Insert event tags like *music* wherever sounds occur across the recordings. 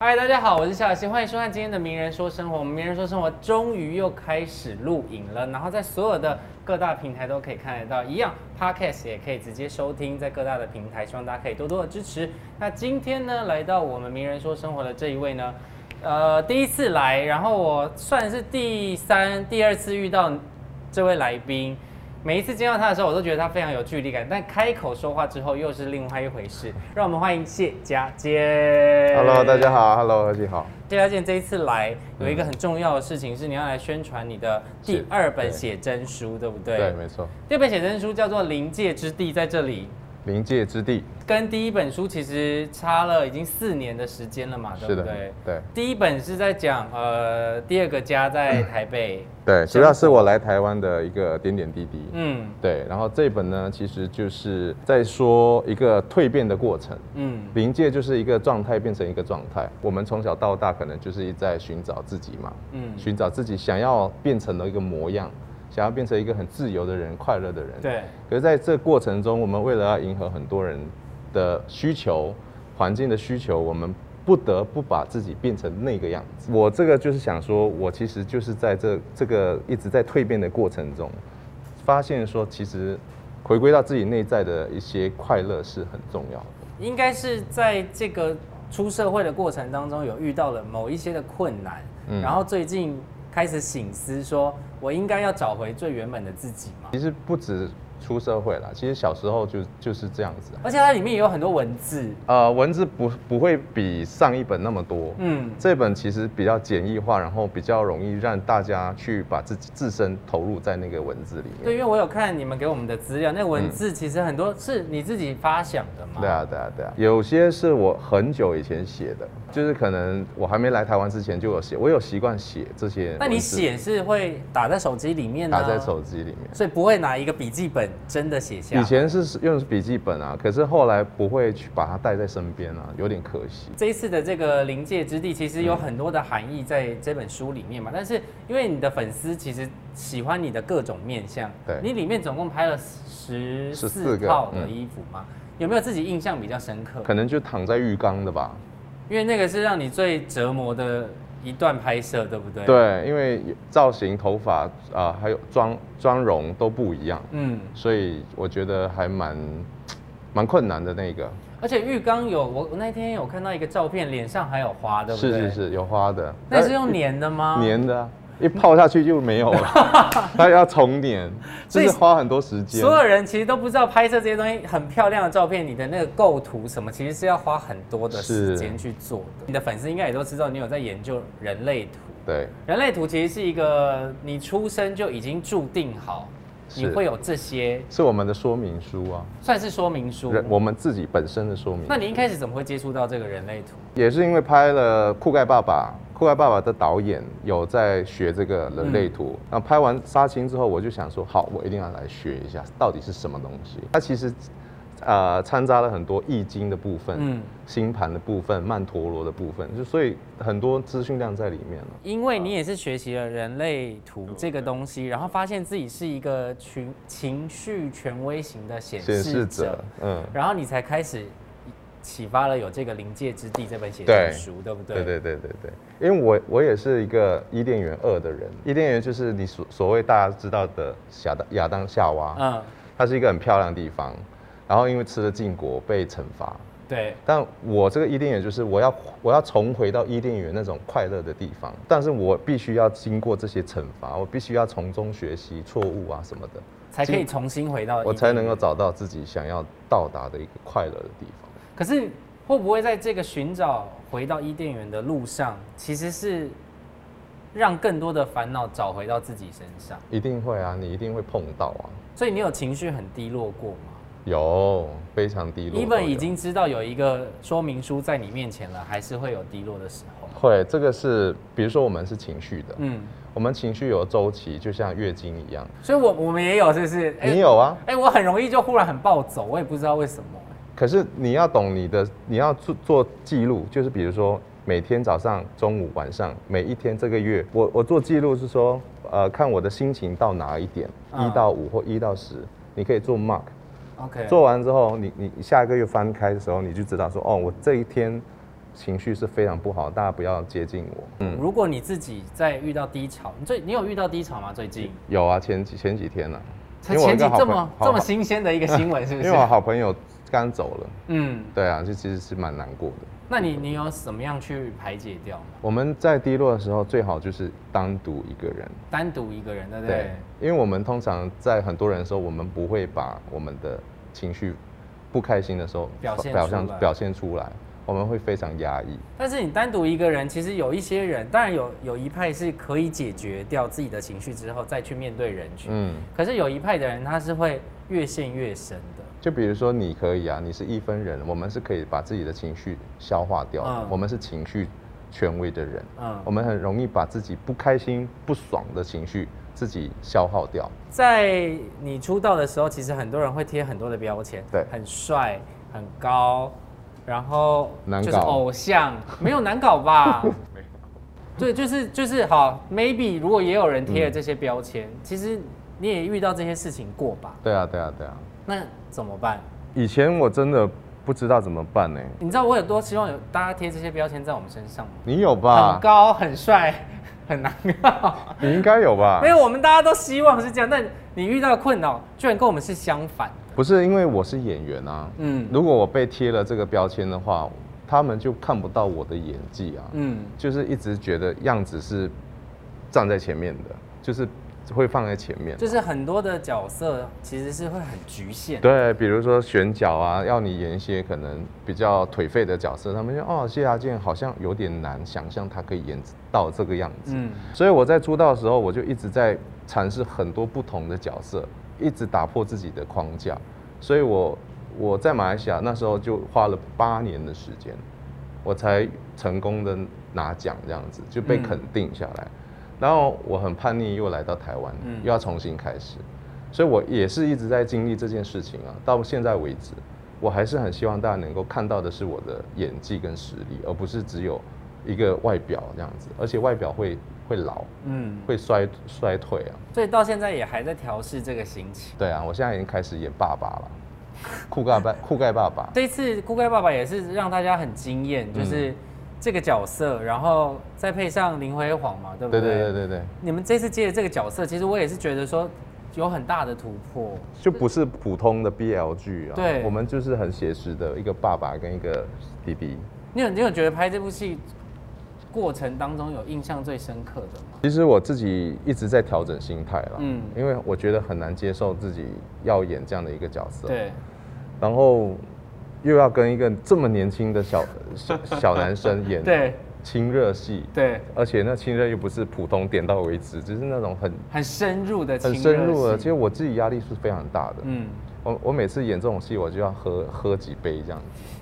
嗨，大家好，我是夏小新，欢迎收看今天的《名人说生活》。我们《名人说生活》终于又开始录影了，然后在所有的各大平台都可以看得到，一样 Podcast 也可以直接收听，在各大的平台，希望大家可以多多的支持。那今天呢，来到我们《名人说生活》的这一位呢，呃，第一次来，然后我算是第三、第二次遇到这位来宾。每一次见到他的时候，我都觉得他非常有距离感，但开口说话之后又是另外一回事。让我们欢迎谢家健。 Hello，大家好，Hello，何姐好。谢家健这一次来有一个很重要的事情是你要来宣传你的第二本写真书，对不对？对，没错，第二本写真书叫做《临界之地》，在这里临界之地，跟第一本书其实差了已经四年的时间了嘛，对是不的对？，对第一本是在讲呃第二个家在台 *laughs* 北，对，主要是我来台湾的一个点点滴滴。嗯对，然后这本呢，其实就是在说一个蜕变的过程。嗯临界就是一个状态变成一个状态，我们从小到大可能就是一直在寻找自己嘛，嗯，寻找自己想要变成的一个模样，想要变成一个很自由的人、快乐的人。对，可是在这过程中，我们为了要迎合很多人的需求、环境的需求，我们不得不把自己变成那个样子。我这个就是想说，我其实就是在这这个一直在蜕变的过程中，发现说其实回归到自己内在的一些快乐是很重要的。应该是在这个出社会的过程当中有遇到了某一些的困难，嗯然后最近开始醒思，说我应该要找回最原本的自己嘛。其实不止出社会啦，其实小时候就就是这样子啊。而且它里面也有很多文字，呃，文字不不会比上一本那么多，嗯，这本其实比较简易化，然后比较容易让大家去把自己自身投入在那个文字里对，面。因为我有看你们给我们的资料，那文字其实很多是你自己发想的嘛。嗯对啊，对啊，对啊，有些是我很久以前写的，就是可能我还没来台湾之前就有写，我有习惯写这些文字。那你写是会打在手机里面呢？打在，手机里面？所以不会拿一个笔记本真的写下。以前是用笔记本啊，可是后来不会去把它带在身边啊，有点可惜。这一次的这个临界之地，其实有很多的含义在这本书里面嘛。但是因为你的粉丝其实喜欢你的各种面相，对你里面总共拍了十四14个套的嗯衣服嘛，有没有自己印象比较深刻？可能就躺在浴缸的吧。因为那个是让你最折磨的一段拍摄，对不对？，对，因为造型、头发啊、还有妆妆容都不一样。嗯，所以我觉得还蛮蛮困难的那个，而且浴缸有我我那天有看到一个照片，脸上还有花，对不是对？是。是有花的，那是用粘的吗？粘的啊、一泡下去就没 *laughs* 有了，它要重粘，所就以是花很多时间所。有人其实都不知道拍摄这些东西很漂亮的照片，你的那个构图什么，其实是要花很多的时间去做的。你的粉丝应该也都知道，你有在研究人类图。对，人类图其实是一个你出生就已经注定好，是你会有这些，是我们的说明书啊，算是说明书。人我们自己本身的说明那。你一开始怎么会接触到这个人类图？也是因为拍了《酷盖爸爸》，《酷盖爸爸》的导演有在学这嗯个人类图。那、拍完《杀青》之后，我就想说，好，我一定要来学一下，到底是什么东西。它其实，呃，掺杂了很多易经的部分，嗯嗯，星盘的部分、曼陀罗的部分，就所以很多资讯量在里面了。因为你也是学习了人类图这个东西，然后发现自己是一个群情绪权威型的显显示示者者，，嗯，然后你才开始启发了有这个《临界之地》这本写真对书，对不对？对对对对对，因为我我也是一个伊甸园二的人，伊甸园就是你所所谓大家知道的亚当亚当夏娃，嗯，它是一个很漂亮的地方，然后因为吃了禁果被惩罚。对，但我这个伊甸园就是我要我要重回到伊甸园那种快乐的地方，但是我必须要经过这些惩罚，我必须要从中学习错误啊什么的，才可以重新回到我一才个能够。找到自己想要到达的一个快乐的地方。可是会不会在这个寻找回到伊甸园的路上，其实是让更多的烦恼找回到自己身上？一定会啊，你一定会碰到啊，所以你有情绪很低落过吗？有非常低落都有。你本已经知道有一个说明书在你面前了，还是会有低落的时候。会，这个是比如说我们是情绪的，嗯，我们情绪有周期，就像月经一样，所以我我们也有，是不是？哎你有啊，哎、我很容易就忽然很暴走，我也不知道为什么、可是你要懂你的，你要做做记录，就是比如说每天早上、中午、晚上，每一天这个月，我我做记录是说，呃，看我的心情到哪一点，嗯一到五或一到十，你可以做 mark。 OK，做完之后，你你你下一个月翻开的时候，你就知道说，哦，我这一天情绪是非常不好，大家不要接近我。嗯，如果你自己在遇到低潮，你最你有遇到低潮吗？最近？有啊，前几前几天呢、才因为我前一几个好这朋么好这么新鲜的一个新闻，是不嗯因是为？我好朋友刚走了，嗯，对啊，这其实是蛮难过的。那你你有怎么样去排解掉吗？我们在低落的时候，最好就是单独一个人。单独一个人，对不对对？，因为我们通常在很多人的时候，我们不会把我们的情绪不开心的时候表现表出来现表现出来，我们会非常压抑。但是你单独一个人，其实有一些人，当然有有一派是可以解决掉自己的情绪之后再去面对人群，嗯，可是有一派的人他是会越陷越深的。就比如说你可以啊，你是一分人，我们是可以把自己的情绪消化掉的，嗯我们是情绪权威的人，我嗯，们很容易把自己不开心、不爽的情绪自己消耗掉。在你出道的时候，其实很多人会贴很多的标签，对很帅、很高，然后难就是搞偶像，没有难搞 *laughs* 吧？对，就是就是好，maybe 如果也有人贴了这些标签，嗯其实你也遇到这些事情过吧？对啊，对啊，对啊。那怎么办？以前我真的不知道怎么办呢、你知道我有多希望有大家贴这些标签在我们身上吗？你有吧很？高、很帅、很难搞。你应该有吧？没有，我们大家都希望是这样，但你遇到的困扰居然跟我们是相反的。不是因为我是演员啊，嗯如果我被贴了这个标签的话，他们就看不到我的演技啊，嗯，就是一直觉得样子是站在前面的，就是会放在前面。就是很多的角色其实是会很局限。对，比如说选角啊，要你演一些可能比较颓废的角色，他们就哦，谢亚健好像有点难想象他可以演到这个样子。嗯，所以我在出道的时候，我就一直在尝试很多不同的角色，一直打破自己的框架。所以我我在马来西亚那时候就花了八年的时间，我才成功的拿奖，这样子就被嗯肯定下来。然后我很叛逆，又来到台湾，嗯又要重新开始。所以我也是一直在经历这件事情啊，到现在为止，我还是很希望大家能够看到的是我的演技跟实力，而不是只有一个外表这样子，而且外表会会老，嗯，会衰衰退啊。所以到现在也还在调试这个心情。对啊，我现在已经开始演爸爸了，酷 *laughs* 盖爸酷盖爸爸，这一次《酷盖爸爸》也是让大家很惊艳，就是这个角色，然后再配上林辉煌嘛，对不对对对对对对，你们这次接的这个角色，其实我也是觉得说有很大的突破。就不是普通的 BL 剧啊，对我们就是很写实的一个爸爸跟一个弟弟。你有你有觉得拍这部戏过程当中有印象最深刻的吗？其实我自己一直在调整心态啦，嗯嗯，因为我觉得很难接受自己要演这样的一个角色，，对，然后又要跟一个这么年轻的 *laughs* 小小小男生演对亲热戏，对，而且那亲热又不是普通点到为止，就是那种很很深入的，很深入的。其实，我自己压力是非常大的，嗯，我我每次演这种戏，我就要喝喝几杯这样，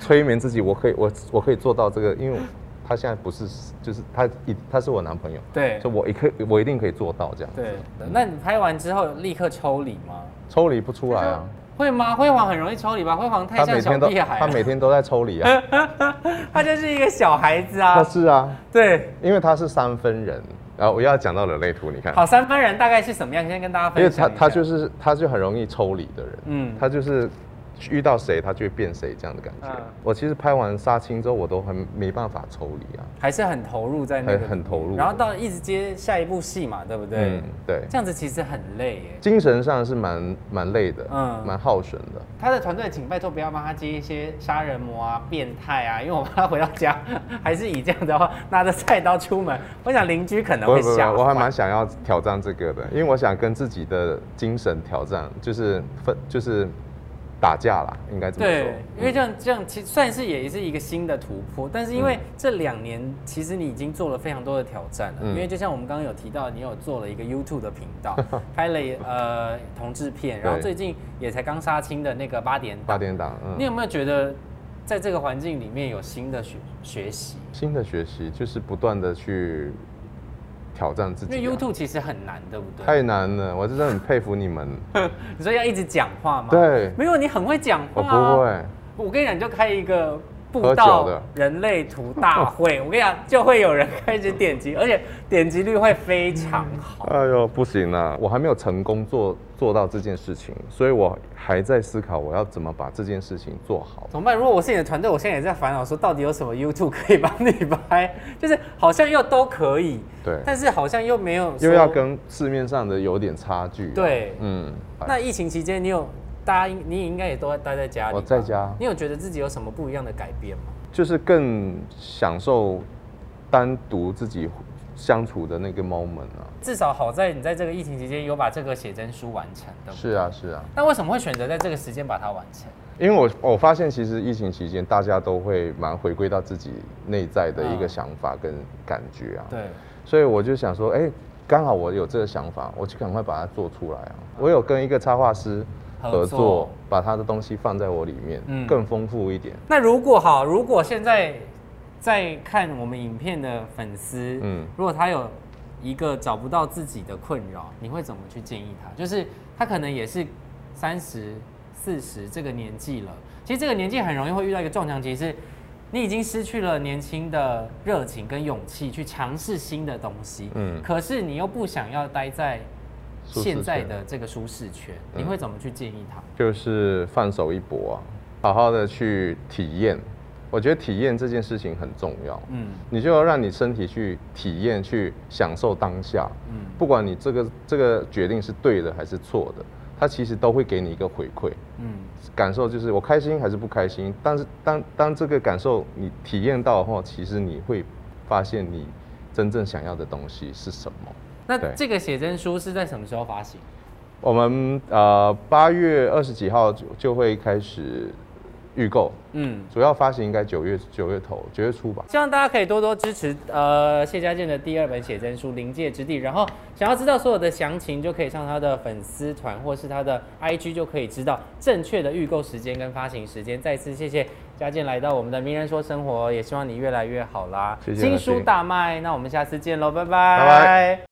催眠自己，我可以我我可以做到这个，因为他现在不是就是他一他是我男朋友。对就我一刻，我一定可以做到这样。对。那你拍完之后立刻抽离吗？抽离不出来啊，会吗？辉煌很容易抽离吧？辉煌太他像每小天都屁孩他每了，天都在抽离啊，他就是一个小孩子 *laughs* 啊那。是啊， *laughs* 对，因为他是三分人，然后我又要讲到人类图，你看，好，三分人大概是什么样？先跟大家因分为享他他就是是他就很容易抽离的人，嗯他就是遇到谁他就会变谁这样的感觉。嗯我其实拍完杀青之后，我都很没办法抽离啊，还是很投入在那个，很很投入然后到一直接下一部戏嘛，对不对嗯？对，这样子其实很累耶。精神上是蛮蛮累的，嗯蛮耗损的。他的团队，请拜托不要帮他接一些杀人魔啊、变态啊，因为我怕他回到家还是以这样的话拿着菜刀出门，我想邻居可能不会会不会，吓坏。我还蛮想要挑战这个的，因为我想跟自己的精神挑战，就是分就是打架啦，应该这么说。对，因为这样这样其实算是也是一个新的突破，但是因嗯为这两年其实你已经做了非常多的挑战了，因嗯为就像我们刚刚有提到，你有做了一个 YouTube 的频道， *laughs* 拍了呃同志片，然后对最近也才刚杀青的那个八点档，八点档，你嗯，有没有觉得在这个环境里面有新的学学习？新的学习就是不断的去挑战自己、啊。因为 YouTube 其实很难，对不对？太难了，我真的很佩服 *laughs* 你们。你说要一直讲话吗？对没有，你很会讲我话、啊不。会，我跟你讲，你就开一个步喝酒道的人类图大 *laughs* 会，我跟你讲，就会有人开始点击，而且点击率会非常好。哎呦，不行啦，我还没有成功做做到这件事情，所以我还在思考我要怎么把这件事情做好。怎么办？如果我是你的团队，我现在也在烦恼说，到底有什么 YouTube 可以帮你拍？就是好像又都可以，对，但是好像又没有说又要跟市面上的有点差距。，对。嗯，那疫情期间，你有大家应你也应该也都在待在家里吧，我在家你有觉得自己有什么不一样的改变吗？就是更享受单独自己相处的那个 moment 啊。至少好在你在这个疫情期间有把这个写真书完成，对不对？是啊，是啊，那为什么会选择在这个时间把它完成？因为我我发现其实疫情期间大家都会蛮回归到自己内在的一个想法跟感觉啊。对，所以我就想说，哎、刚好我有这个想法，我就赶快把它做出来啊！我有跟一个插画师合合作作，把他的东西放在我里面，嗯更丰富一点。那如果好，如果现在在看我们影片的粉丝，嗯嗯，如果他有一个找不到自己的困扰，你会怎么去建议他？就是他可能也是三十四十这个年纪了，其实这个年纪很容易会遇到一个撞墙期是。你已经失去了年轻的热情跟勇气去尝试新的东西，嗯嗯，可是你又不想要待在舒适现在圈的这个舒适圈，嗯你会怎么去建议他？就是放手一搏啊，好好的去体验。我觉得体验这件事情很重要，嗯你就要让你身体去体验、去享受当下。嗯，不管你这个这个决定是对的还是错的，它其实都会给你一个回馈。嗯，感受就是我开心还是不开心，但是当当这个感受你体验到后，其实你会发现你真正想要的东西是什么。那对这个写真书是在什么时候发行？我们呃八月二十几号就就会开始预购，嗯，主要发行应该九月九月头九月初吧。希望大家可以多多支持呃谢家健的第二本写真书《临界之地》，然后想要知道所有的详情，就可以上他的粉丝团或是他的 IG 就可以知道正确的预购时间跟发行时间。再次谢谢家健来到我们的《名人说生活》，也希望你越来越好啦，谢谢新阿书信大卖。那我们下次见喽，拜拜，拜拜